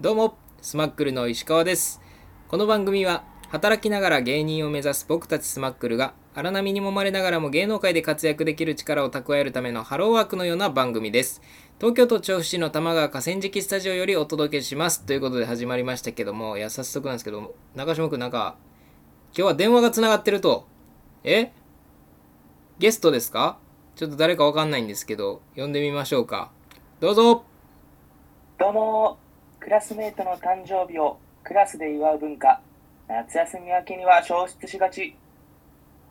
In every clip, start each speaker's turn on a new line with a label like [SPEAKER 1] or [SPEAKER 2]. [SPEAKER 1] どうも、スマックルの石川です。この番組は、働きながら芸人を目指す僕たちスマックルが、荒波に揉まれながらも芸能界で活躍できる力を蓄えるためのハローワークのような番組です。東京都調布市の玉川河川敷スタジオよりお届けします。ということで始まりましたけども、いや、早速なんですけど、中島くんなんか、今日は電話がつながってると。えゲストですかちょっと誰かわかんないんですけど、呼んでみましょうか。どうぞ
[SPEAKER 2] どうもクラスメートの誕生日をクラスで祝う文化夏休み明けには消失しがち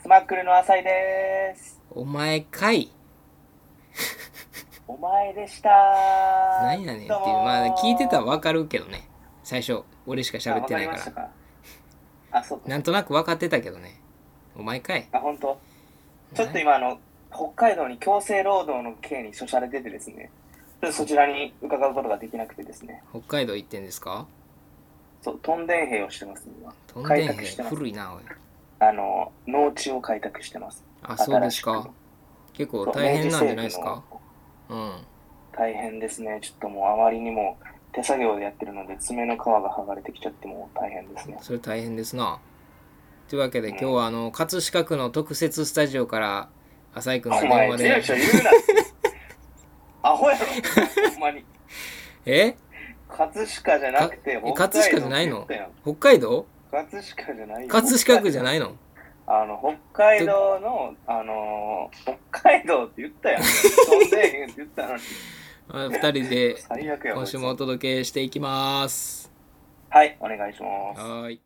[SPEAKER 2] スマックルの浅井です
[SPEAKER 1] お前かい
[SPEAKER 2] お前でした
[SPEAKER 1] 何やねんっていう
[SPEAKER 2] ども
[SPEAKER 1] まあ聞いてたらわかるけどね最初俺しか喋ってないか
[SPEAKER 2] あわりました
[SPEAKER 1] ら
[SPEAKER 2] かあそうか
[SPEAKER 1] なんとなく分かってたけどねお前かい
[SPEAKER 2] あ本当ちょっと今あの北海道に強制労働の刑に処されててですねちょっとそちらに伺うことができなくてですね
[SPEAKER 1] 北海道行ってんですか
[SPEAKER 2] そうトンデン兵をしてます今
[SPEAKER 1] とんで
[SPEAKER 2] 開
[SPEAKER 1] ん
[SPEAKER 2] 拓して
[SPEAKER 1] へ
[SPEAKER 2] ます
[SPEAKER 1] 古いなおい
[SPEAKER 2] あの農地を開拓してます
[SPEAKER 1] あそうです
[SPEAKER 2] 新し
[SPEAKER 1] か
[SPEAKER 2] く
[SPEAKER 1] 結
[SPEAKER 2] そ
[SPEAKER 1] 構
[SPEAKER 2] う
[SPEAKER 1] 大変なんじゃない
[SPEAKER 2] 明
[SPEAKER 1] で
[SPEAKER 2] 治
[SPEAKER 1] す
[SPEAKER 2] 政府
[SPEAKER 1] か
[SPEAKER 2] の
[SPEAKER 1] うん
[SPEAKER 2] 大変ですね。ちょっともうあまりにも手作業でやってるので爪の皮が剥がれてきちゃってもう大変ですね。
[SPEAKER 1] それ大変ですなというわけで
[SPEAKER 2] うん
[SPEAKER 1] 今日はあの葛飾区の特設スタジオから浅井君の
[SPEAKER 2] お
[SPEAKER 1] 電
[SPEAKER 2] 前
[SPEAKER 1] 話、
[SPEAKER 2] 強い
[SPEAKER 1] で
[SPEAKER 2] 人言うな アホやろほんまに。
[SPEAKER 1] え
[SPEAKER 2] 葛飾じゃなくて、
[SPEAKER 1] え
[SPEAKER 2] 北海
[SPEAKER 1] 葛飾
[SPEAKER 2] 道
[SPEAKER 1] じゃないの
[SPEAKER 2] って言ったやん
[SPEAKER 1] 北海道
[SPEAKER 2] 葛飾じゃないよ
[SPEAKER 1] 葛飾区じゃないの
[SPEAKER 2] あの、北海道の、あのー北海道って言った やん。飛んでへんって言ったのに。
[SPEAKER 1] あ二人で
[SPEAKER 2] 最悪や
[SPEAKER 1] 今週もお
[SPEAKER 2] こいつ
[SPEAKER 1] 届けしていきます
[SPEAKER 2] はい、お願いします。
[SPEAKER 1] はーい。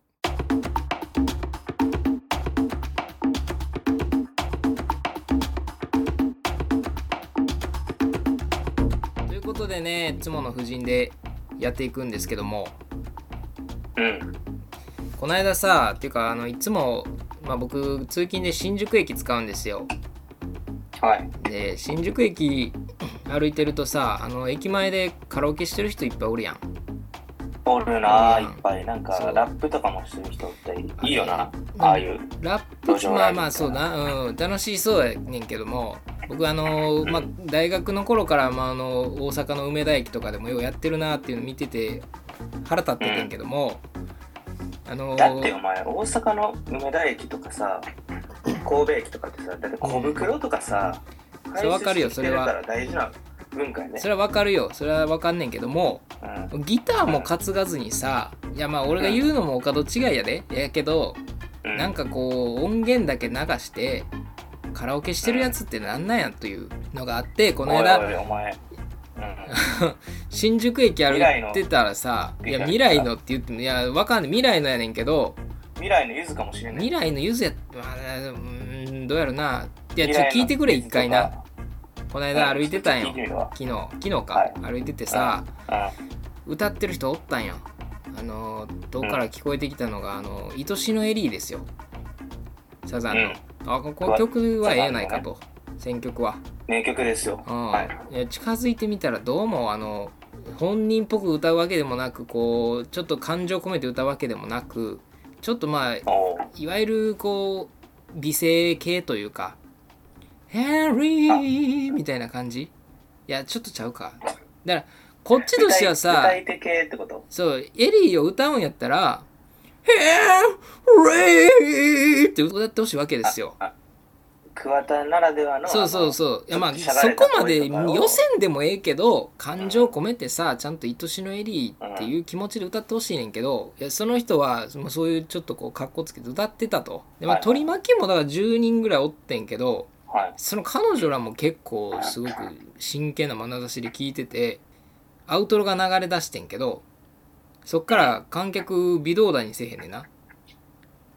[SPEAKER 1] ということでね、いつもの婦人でやっていくんですけども、
[SPEAKER 2] うん。
[SPEAKER 1] この間さ、っていうかあのいつもまあ僕通勤で新宿駅使うんですよ。
[SPEAKER 2] はい。
[SPEAKER 1] で新宿駅歩いてるとさ、あの駅前でカラオケしてる人いっぱいおるやん。
[SPEAKER 2] おるな
[SPEAKER 1] うん
[SPEAKER 2] ぁ、いっぱい。なん
[SPEAKER 1] そ
[SPEAKER 2] か、
[SPEAKER 1] う
[SPEAKER 2] ラップとかもしてる人っていいよな。
[SPEAKER 1] うん
[SPEAKER 2] ああいう。
[SPEAKER 1] ラッ
[SPEAKER 2] 路
[SPEAKER 1] プ
[SPEAKER 2] 上
[SPEAKER 1] ま
[SPEAKER 2] ラ
[SPEAKER 1] あ
[SPEAKER 2] イブ
[SPEAKER 1] まあそうな、うん、楽しそうやねんけども僕あのーまあ、大学の頃から、まあ、あの大阪の梅田駅とかでもようやってるなっていうの見てて腹立っててんけども、あの
[SPEAKER 2] だってお
[SPEAKER 1] ー
[SPEAKER 2] 前大阪の梅田駅とかさ神戸駅とかってさだって小袋とかさ、
[SPEAKER 1] それわかるよ
[SPEAKER 2] 排
[SPEAKER 1] そ
[SPEAKER 2] 出して
[SPEAKER 1] れは
[SPEAKER 2] から大事な文化やね
[SPEAKER 1] それはわかるよそれはわかんねんけども
[SPEAKER 2] うん
[SPEAKER 1] ギターも担がずにさいやまあ俺が言うのもお門違いやでやけど
[SPEAKER 2] うん
[SPEAKER 1] なんかこう音源だけ流してカラオケしてるやつってなんなんやというのがあってこの間
[SPEAKER 2] おいおいお前、う
[SPEAKER 1] 新宿駅歩いてたらさい
[SPEAKER 2] 未
[SPEAKER 1] や
[SPEAKER 2] 来の
[SPEAKER 1] 未来のって言ってもいやわかんない未来のやねんけど
[SPEAKER 2] ん、未来のゆずかもしれない
[SPEAKER 1] 未来のゆずやまあうーんどうやろないやちょっと聞いてくれ一回なこの間歩いてたんよ
[SPEAKER 2] うん、は
[SPEAKER 1] 昨日昨日か、
[SPEAKER 2] はい
[SPEAKER 1] 歩いててさ
[SPEAKER 2] うん
[SPEAKER 1] 歌ってる人おったんよあのどっから聞こえてきたのが、あの愛しのエリーですよサザンの、あここ曲はええないかと、選曲は
[SPEAKER 2] 名曲ですよ、
[SPEAKER 1] うん
[SPEAKER 2] はい
[SPEAKER 1] いや近づいてみたらどうもあの本人っぽく歌うわけでもなくこうちょっと感情込めて歌うわけでもなくちょっとまあ
[SPEAKER 2] おう
[SPEAKER 1] いわゆるこう美声系というか「ヘンリー」みたいな感じいやちょっとちゃうかだからこっちとしては
[SPEAKER 2] 具
[SPEAKER 1] さ
[SPEAKER 2] 体具体的系ってこと
[SPEAKER 1] そうエリーを歌うんやったら「ヘンリー」って歌ってほしいわけですよ
[SPEAKER 2] 桑田ならではの
[SPEAKER 1] そうそう
[SPEAKER 2] う
[SPEAKER 1] そういやまあ
[SPEAKER 2] ちょっと
[SPEAKER 1] そ
[SPEAKER 2] しゃがれた
[SPEAKER 1] こまで
[SPEAKER 2] 声とかを
[SPEAKER 1] 予選でもええけど感情込めてさちゃんと愛しのエリーっていう気持ちで歌ってほしいねんけどいやその人はもうそういうちょっとこう格好つけて歌ってたとで、まあ、
[SPEAKER 2] はいはい
[SPEAKER 1] 取り巻きもだから10人ぐらいおってんけど
[SPEAKER 2] はい
[SPEAKER 1] その彼女らも結構すごく真剣な眼差しで聞いててアウトロが流れ出してんけどそっから観客微動だにせえへんねんな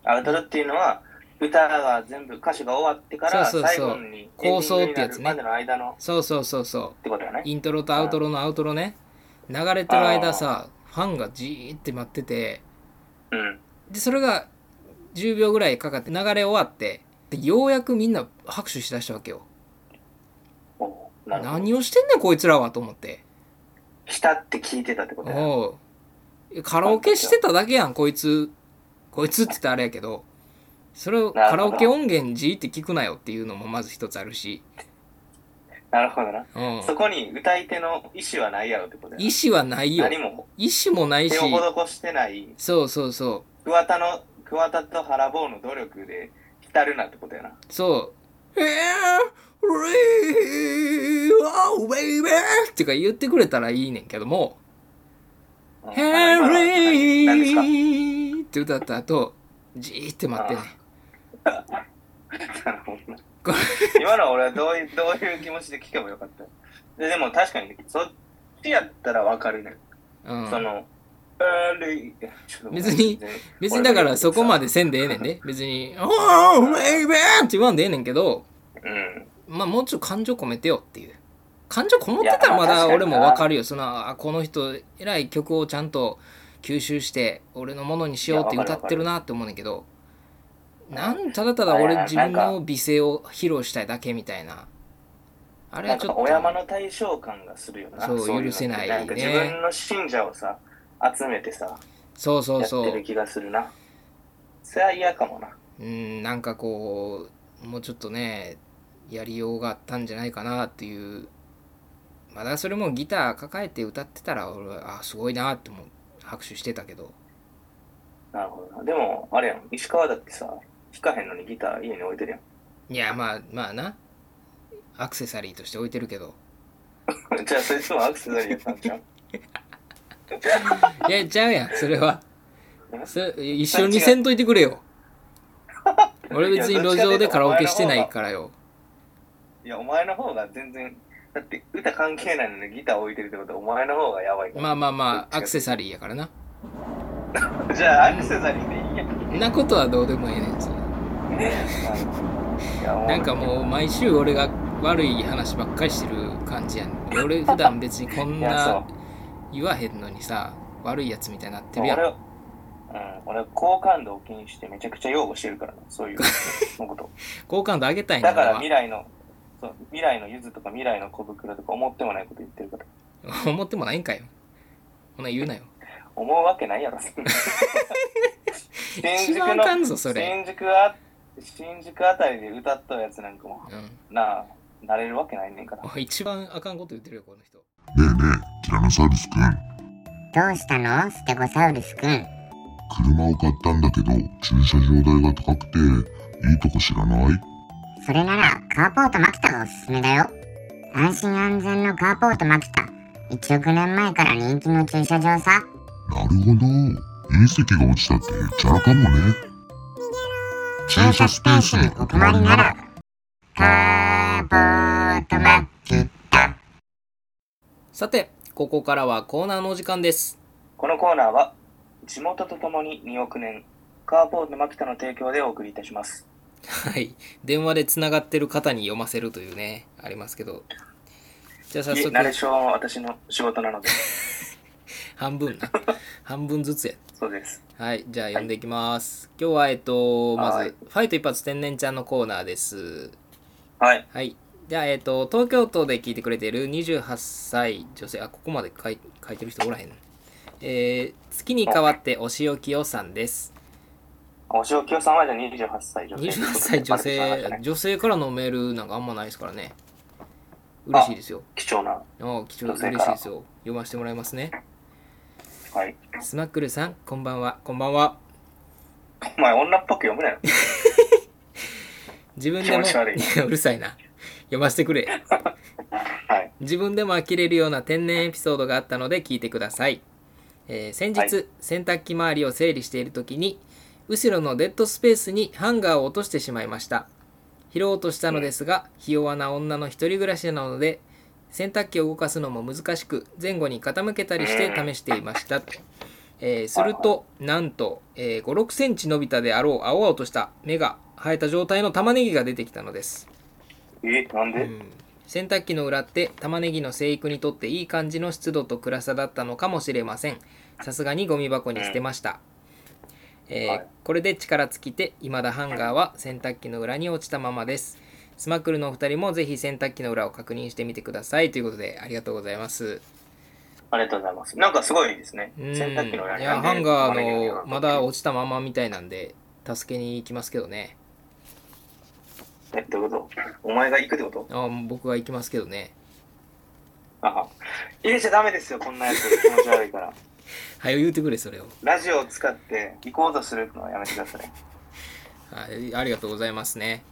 [SPEAKER 2] アウトロっていうのは歌が全部歌詞が終わってから
[SPEAKER 1] そうそうそう
[SPEAKER 2] 最後に
[SPEAKER 1] 構想ってやつね
[SPEAKER 2] エンディングになるまでの間の
[SPEAKER 1] そうそうそうそう
[SPEAKER 2] ってことだね
[SPEAKER 1] イントロとアウトロのアウトロね流れてる間さファンがじーって待ってて
[SPEAKER 2] うん
[SPEAKER 1] でそれが10秒ぐらいかかって流れ終わってでようやくみんな拍手しだしたわけよ
[SPEAKER 2] おうなるほど
[SPEAKER 1] 何をしてんねんこいつらはと思って
[SPEAKER 2] したって聞いてたってことだね
[SPEAKER 1] おうカラオケしてただけやんこいつこいつって言ったらあれやけどそれをカラオケ音源じーって聞くなよっていうのもまず一つあるし
[SPEAKER 2] なるほどな。
[SPEAKER 1] うん
[SPEAKER 2] そこに歌い手の意思はないやろってことやな。
[SPEAKER 1] 意思はないよ
[SPEAKER 2] 何も
[SPEAKER 1] 意思もない
[SPEAKER 2] 手
[SPEAKER 1] し
[SPEAKER 2] を施してない、
[SPEAKER 1] そうそうそう
[SPEAKER 2] 桑田の、桑田と原坊の努力で浸るなってことやな。
[SPEAKER 1] そう。えー、レイオーベイベーってか言ってくれたらいいねんけども、
[SPEAKER 2] うん
[SPEAKER 1] ヘ
[SPEAKER 2] あの今のは何何ですか
[SPEAKER 1] リーって歌った後、じーって待ってね。
[SPEAKER 2] なるほどな
[SPEAKER 1] これ
[SPEAKER 2] 今の俺はどういうどういう気持ちで聞けばよかったででも確かにそっちやったらわかるね、そうのあーいやちょっと
[SPEAKER 1] 別に
[SPEAKER 2] 全然
[SPEAKER 1] ん、別にだからそこまでせんでええねんで、別に、オーベイベーって言わんでええねんけど、
[SPEAKER 2] うん
[SPEAKER 1] まあもうちょい感情込めてよっていう。感情こもってたらま
[SPEAKER 2] いやまあ
[SPEAKER 1] だ
[SPEAKER 2] 確かに
[SPEAKER 1] 俺もわかるよ。その、あこの人、えらい曲をちゃんと吸収して、俺のものにしようって
[SPEAKER 2] いやわか
[SPEAKER 1] 歌
[SPEAKER 2] る
[SPEAKER 1] ってるなって思うねんだけど、なんただた
[SPEAKER 2] あ
[SPEAKER 1] だ
[SPEAKER 2] いや
[SPEAKER 1] 俺
[SPEAKER 2] なんか
[SPEAKER 1] 自分の美声を披露したいだけみたいな。あれ
[SPEAKER 2] な
[SPEAKER 1] は
[SPEAKER 2] ん
[SPEAKER 1] ち
[SPEAKER 2] か
[SPEAKER 1] ょっ
[SPEAKER 2] お山
[SPEAKER 1] と、
[SPEAKER 2] の対象感がするよな
[SPEAKER 1] そう
[SPEAKER 2] ううのって
[SPEAKER 1] 許せないね
[SPEAKER 2] なんか自分の信者をさ集めてさ
[SPEAKER 1] そうそうそ
[SPEAKER 2] やって
[SPEAKER 1] う
[SPEAKER 2] る。気がするなそれは嫌かもな
[SPEAKER 1] うん、なんかこう、もうちょっとね、やりようがあったんじゃないかなっていう。まだそれもギター抱えて歌ってたら俺は、あ、すごいなって思う。拍手してたけど。
[SPEAKER 2] なるほどなでもあれやん石川だってさ弾かへんのにギター家に置いてるやん
[SPEAKER 1] いやまあまあなアクセサリーとして置いてるけど
[SPEAKER 2] じゃあそいつもアクセサリーやったんちゃう
[SPEAKER 1] いやちゃうやんそれは
[SPEAKER 2] え
[SPEAKER 1] それ一緒にせんといてくれ よ俺別に路上でカラオケしてないからよ
[SPEAKER 2] いや、お前の方が全然、だって歌関係ないのにギター置いてるってことはお前の方がやばいから。
[SPEAKER 1] まあまあまあアクセサリーやからな
[SPEAKER 2] じゃあアクセサリーでいいやん。
[SPEAKER 1] んなことはどうでもええねんそれ
[SPEAKER 2] いやお前
[SPEAKER 1] なんかもう毎週俺が悪い話ばっかりしてる感じやん俺普段別にこん
[SPEAKER 2] いや、そう
[SPEAKER 1] な。言わへんのにさ悪いやつみたいになってる
[SPEAKER 2] 俺
[SPEAKER 1] やん
[SPEAKER 2] は、うん、俺は好感度を気にしてめちゃくちゃ擁護してるからな、そ ういうのこと。
[SPEAKER 1] 好感度上げたいん
[SPEAKER 2] だ
[SPEAKER 1] だ
[SPEAKER 2] から
[SPEAKER 1] か
[SPEAKER 2] 未来の、そう未来のゆずとか未来の小袋とか思ってもないこと言ってるから。
[SPEAKER 1] ら思ってもないんかよほな言うなよ
[SPEAKER 2] 思うわけないやろ、そ んな新
[SPEAKER 1] 一
[SPEAKER 2] 宿
[SPEAKER 1] 番あ
[SPEAKER 2] の
[SPEAKER 1] か、んぞそれ
[SPEAKER 2] 新宿あ、新宿あたりで歌ったやつなんかも、
[SPEAKER 1] うん
[SPEAKER 2] なあ、なれるわけないねんから。
[SPEAKER 1] おい一番あかんこと言ってるよこの人
[SPEAKER 3] ねえねえ、ティラノサウルスくん。
[SPEAKER 4] どうしたのステゴサウルスくん。
[SPEAKER 3] 車を買ったんだけど、駐車場代が高くて、いいとこ知らない
[SPEAKER 4] それなら、カーポートマキタがおすすめだよ。安心安全のカーポートマキタ。1億年前から人気の駐車場さ。
[SPEAKER 3] なるほど。隕石が落ちたってへっちゃらかもね。駐車スペースにお困りなら、
[SPEAKER 4] カーポートマキタ。
[SPEAKER 1] さてここからはコーナーのお時間です
[SPEAKER 2] このコーナーは地元とともに2億年カーポートマキタの提供でお送りいたします
[SPEAKER 1] はい電話でつながってる方に読ませるというねありますけどじゃあ早
[SPEAKER 2] いえナレ
[SPEAKER 1] 速
[SPEAKER 2] ーションは私の仕事なので
[SPEAKER 1] 半分な半分ずつや
[SPEAKER 2] そうです
[SPEAKER 1] はいじゃあ読んでいきます、今日はえっとま
[SPEAKER 2] はい
[SPEAKER 1] ず「ファイト一発天然ちゃん」のコーナーです
[SPEAKER 2] はい
[SPEAKER 1] はいじゃあえっと東京都で聞いてくれている28歳女性あここまで書い書いてる人おらへんえー、月に代わってお仕置きよさんです
[SPEAKER 2] お塩清さんはじゃあ28歳女性
[SPEAKER 1] 28歳女性、 女性からのメールなんかあんまないですからね。嬉しいですよ。
[SPEAKER 2] 貴重な
[SPEAKER 1] お貴重
[SPEAKER 2] 女性か
[SPEAKER 1] 嬉
[SPEAKER 2] ら
[SPEAKER 1] しいですよ。読ませてもらいますね。
[SPEAKER 2] はい
[SPEAKER 1] スマックルさん、こんばんは。こんばんは。
[SPEAKER 2] お前女っぽく読 むなよ
[SPEAKER 1] 自分でも、
[SPEAKER 2] 気持ち悪い
[SPEAKER 1] やうるさいな。読ませてくれ。
[SPEAKER 2] はい
[SPEAKER 1] 自分でも呆れるような天然エピソードがあったので聞いてください。えー先日、
[SPEAKER 2] はい
[SPEAKER 1] 洗濯機周りを整理している時に、後ろのデッドスペースにハンガーを落としてしまいました。拾おうとしたのですが、ひ弱な女の一人暮らしなので、洗濯機を動かすのも難しく、前後に傾けたりして試していました。えーすると、なんと、えー5、6センチ伸びたであろう青々とした芽が生えた状態の玉ねぎが出てきたのです。
[SPEAKER 2] えなんで、
[SPEAKER 1] うん洗濯機の裏って玉ねぎの生育にとっていい感じの湿度と暗さだったのかもしれませんさすがにゴミ箱に捨てました、えー
[SPEAKER 2] はい
[SPEAKER 1] これで力尽きて未だハンガーは洗濯機の裏に落ちたままですスマクルのお二人もぜひ洗濯機の裏を確認してみてくださいということでありがとうございます
[SPEAKER 2] ありがとうございますなんかすごいですね
[SPEAKER 1] うん
[SPEAKER 2] 洗濯機の裏に
[SPEAKER 1] いやハンガーのまだ
[SPEAKER 2] お
[SPEAKER 1] 落ちたままみたいなんで助けに行きますけどね
[SPEAKER 2] え、どういうことお前が行くってこと
[SPEAKER 1] あー僕は行きますけどね
[SPEAKER 2] ああ。入れちゃダメですよ、こんなやつ。気持ち悪いから。
[SPEAKER 1] はよ言うてくれそれを
[SPEAKER 2] ラジオを使って行こうとするのはやめてください。
[SPEAKER 1] はいありがとうございますね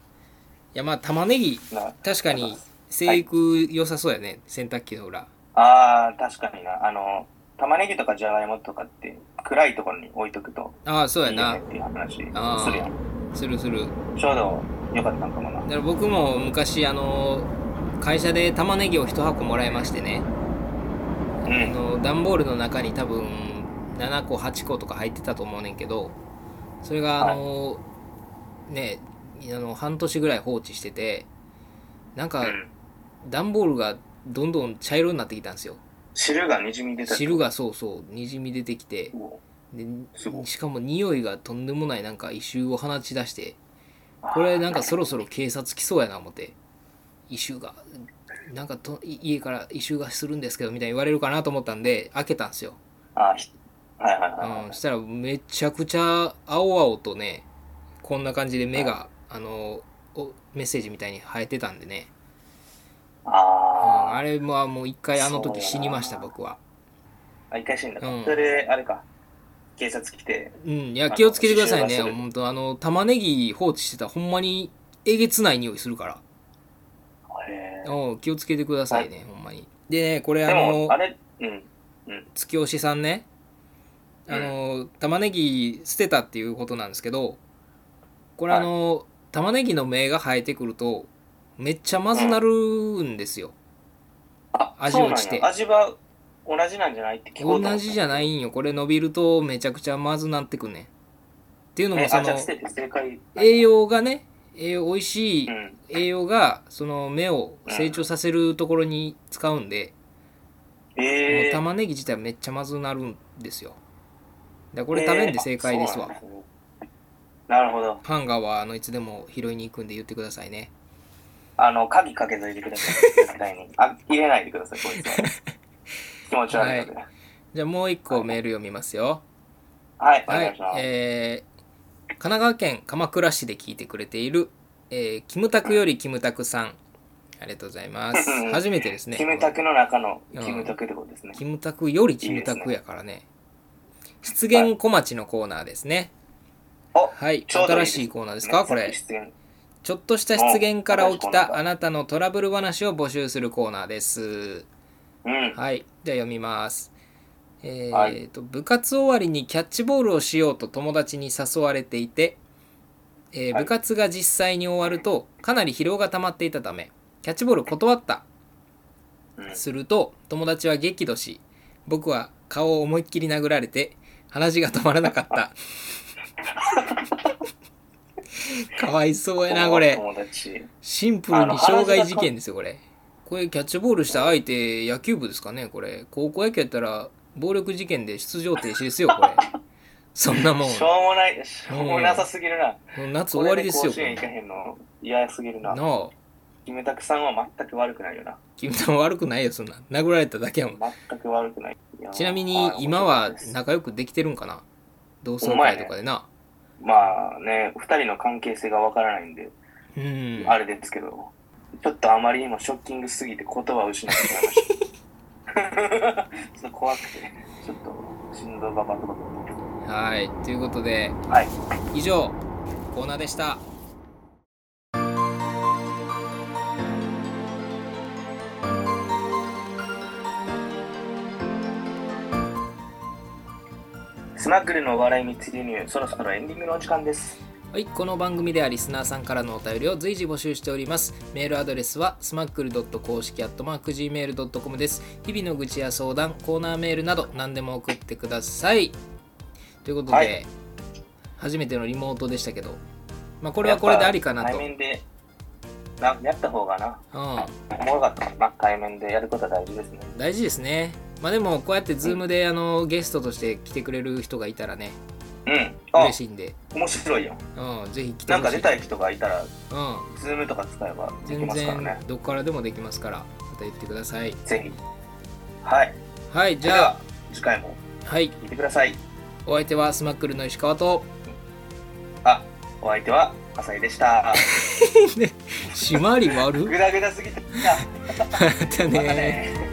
[SPEAKER 1] いやまあ玉ねぎ
[SPEAKER 2] な
[SPEAKER 1] 確かに生育良さそうやね、洗濯機の裏
[SPEAKER 2] ああ、確かにな。あの、玉ねぎとかじゃがいもとかって暗いところに置いとくと
[SPEAKER 1] ああそうや
[SPEAKER 2] いいよ
[SPEAKER 1] な
[SPEAKER 2] ねっていう話
[SPEAKER 1] あー
[SPEAKER 2] するやん。
[SPEAKER 1] するする
[SPEAKER 2] ちょうどよかったんかもな
[SPEAKER 1] だ。から僕も昔あの会社で玉ねぎを1箱もらいましてね
[SPEAKER 2] う
[SPEAKER 1] あ
[SPEAKER 2] ん。
[SPEAKER 1] の段ボールの中に多分7個8個とか入ってたと思うねんけどそれがあの、ねあの半年ぐらい放置しててなんか
[SPEAKER 2] うん
[SPEAKER 1] 段ボールがどんどん茶色になってきたんですよ
[SPEAKER 2] 汁がにじみ出た。
[SPEAKER 1] 汁がそうそうにじみ出てきて
[SPEAKER 2] おう
[SPEAKER 1] です
[SPEAKER 2] ごい
[SPEAKER 1] しかも匂いがとんでもないなんか異臭を放ち出してこれなんかそろそろ警察来そうやな思って異臭がなんかとい家から異臭がするんですけどみたいに言われるかなと思ったんで開けたんですよ、
[SPEAKER 2] あーひはいはいはいは
[SPEAKER 1] うん、
[SPEAKER 2] い。
[SPEAKER 1] したらめちゃくちゃ青々とねこんな感じで目があのおメッセージみたいに生えてたんでね、うん、
[SPEAKER 2] あ
[SPEAKER 1] あ
[SPEAKER 2] あ。
[SPEAKER 1] れはもう一回あの時死にました
[SPEAKER 2] そうだな
[SPEAKER 1] 僕は
[SPEAKER 2] あ、一回死んだか
[SPEAKER 1] うん。
[SPEAKER 2] それ、あれか。警察来て。
[SPEAKER 1] うんいや気をつけてくださいね
[SPEAKER 2] あの
[SPEAKER 1] 本当あの玉ねぎ放置してたらほんまにえげつない匂いするから
[SPEAKER 2] へー
[SPEAKER 1] おう気をつけてくださいね、ほんまに。でね、これあ
[SPEAKER 2] でも
[SPEAKER 1] の、、
[SPEAKER 2] あれ、うん。うん。
[SPEAKER 1] 月押しさんね、あの、玉ねぎ捨てたっていうことなんですけど、これあの、玉ねぎの芽が生えてくると、めっちゃまずなるんですよ。
[SPEAKER 2] あ
[SPEAKER 1] 味
[SPEAKER 2] そうなんや
[SPEAKER 1] 落ちて
[SPEAKER 2] 味は同じなんじゃないって聞こうと思
[SPEAKER 1] 同
[SPEAKER 2] った
[SPEAKER 1] じじゃないんよ。これ伸びるとめちゃくちゃまずなってくんねん。っていうの
[SPEAKER 2] え
[SPEAKER 1] も、そ
[SPEAKER 2] あじゃあ
[SPEAKER 1] の
[SPEAKER 2] 捨、てて正解
[SPEAKER 1] 栄養がね、栄養、美味しい
[SPEAKER 2] うん
[SPEAKER 1] 栄養が、その芽を成長させるところに使うんで、もう
[SPEAKER 2] えー、
[SPEAKER 1] 玉ねぎ自体めっちゃまずなるんですよだからこれ食べんで正解ですわ、
[SPEAKER 2] えーあそうなんですねなるほど
[SPEAKER 1] ハンガーはあのいつでも拾いに行くんで言ってくださいね
[SPEAKER 2] あの鍵かけといてください絶対にあ入れないでくださいこいつ は気持ち悪いのではい、
[SPEAKER 1] じゃあもう一個メール読みますよ
[SPEAKER 2] お願いします、
[SPEAKER 1] えー神奈川県鎌倉市で聞いてくれている、えーキムタクよりキムタクさんありがとうございます初めてですね
[SPEAKER 2] キムタクの中のキムタクってことですね、
[SPEAKER 1] キムタクよりキムタクやからね出現小町のコーナーですね
[SPEAKER 2] お
[SPEAKER 1] はい
[SPEAKER 2] ちょうどい
[SPEAKER 1] 新
[SPEAKER 2] いです
[SPEAKER 1] しいコーナーですかこれ
[SPEAKER 2] 出現
[SPEAKER 1] ちょっとした失言から起き
[SPEAKER 2] うん
[SPEAKER 1] たあなたのトラブル話を募集するコーナーです。
[SPEAKER 2] うん
[SPEAKER 1] はい。じゃあ読みます。えー
[SPEAKER 2] はい
[SPEAKER 1] と、部活終わりにキャッチボールをしようと友達に誘われていて、えー
[SPEAKER 2] はい
[SPEAKER 1] 部活が実際に終わるとかなり疲労が溜まっていたため、キャッチボール断った。
[SPEAKER 2] うん
[SPEAKER 1] すると、友達は激怒し、僕は顔を思いっきり殴られて、話が止まらなか った。かわいそうやな、これ。
[SPEAKER 2] 友達
[SPEAKER 1] シンプルに傷害事件ですよ、これ。これ、キャッチボールした相手、野球部ですかね、これ。高校野球やったら、暴力事件で出場停止ですよ、これ。 そんなもん。
[SPEAKER 2] しょうもないしょうもなさすぎるな、
[SPEAKER 1] もう夏終わりですよ、
[SPEAKER 2] これで甲子園行か
[SPEAKER 1] こ
[SPEAKER 2] へんの嫌すぎる
[SPEAKER 1] れ
[SPEAKER 2] な
[SPEAKER 1] なあ。
[SPEAKER 2] キムタクさんは全く悪くないよな
[SPEAKER 1] 君とも悪くないよ、そんな。殴られただけやもん。
[SPEAKER 2] 全く悪くない。いや
[SPEAKER 1] ちなみに
[SPEAKER 2] まあ、
[SPEAKER 1] 今は
[SPEAKER 2] 面白かったです
[SPEAKER 1] 仲良くできてるんかな同窓会とかでな。
[SPEAKER 2] まあね、二人の関係性がわからないんで、
[SPEAKER 1] うん。
[SPEAKER 2] あれですけど、ちょっとあまりにもショッキングすぎて言葉を失ってしまいました。 ちょっと怖くて、ちょっと心臓がバタバタ。
[SPEAKER 1] はい。ということで、
[SPEAKER 2] はい。
[SPEAKER 1] 以上、コーナーでした。
[SPEAKER 2] スナックルのお笑い密輸入、そろそろエンディングのお時間です。
[SPEAKER 1] はい、この番組ではリスナーさんからのお便りを随時募集しております。メールアドレスはスマックル公式 Gmail.com です。日々の愚痴や相談、コーナーメールなど何でも送ってください。ということで、
[SPEAKER 2] はい
[SPEAKER 1] 初めてのリモートでしたけど、まあ、これはこれでありかな
[SPEAKER 2] やっ
[SPEAKER 1] と。
[SPEAKER 2] ぱ
[SPEAKER 1] う
[SPEAKER 2] 対
[SPEAKER 1] ん、
[SPEAKER 2] 面で、な、やった方がな、おもろかったかな。対面でやることは大事ですね。
[SPEAKER 1] 大事ですね。まあでもこうやって Zoom であのゲストとして来てくれる人がいたらね、
[SPEAKER 2] うん。あ
[SPEAKER 1] 嬉、しいんで、
[SPEAKER 2] 面白いよ。
[SPEAKER 1] うん、ぜひ来て
[SPEAKER 2] なん
[SPEAKER 1] ほ
[SPEAKER 2] か
[SPEAKER 1] し
[SPEAKER 2] 出
[SPEAKER 1] い。
[SPEAKER 2] たい人がいたら、
[SPEAKER 1] うん、
[SPEAKER 2] ズームとか使えばでき
[SPEAKER 1] 全
[SPEAKER 2] ますから
[SPEAKER 1] 然
[SPEAKER 2] ね。
[SPEAKER 1] どっからでもできますから、また言ってください。
[SPEAKER 2] ぜひ。はい。
[SPEAKER 1] はい、
[SPEAKER 2] じ
[SPEAKER 1] じゃ
[SPEAKER 2] ゃ
[SPEAKER 1] あ
[SPEAKER 2] あ、、次回も
[SPEAKER 1] はい、
[SPEAKER 2] 聞いてください。
[SPEAKER 1] お相手はスマックルの石川と
[SPEAKER 2] あ、お相手は、浅井 でした。
[SPEAKER 1] 締まり悪
[SPEAKER 2] グダグダすぎてきた。
[SPEAKER 1] また
[SPEAKER 2] また
[SPEAKER 1] ね
[SPEAKER 2] ね。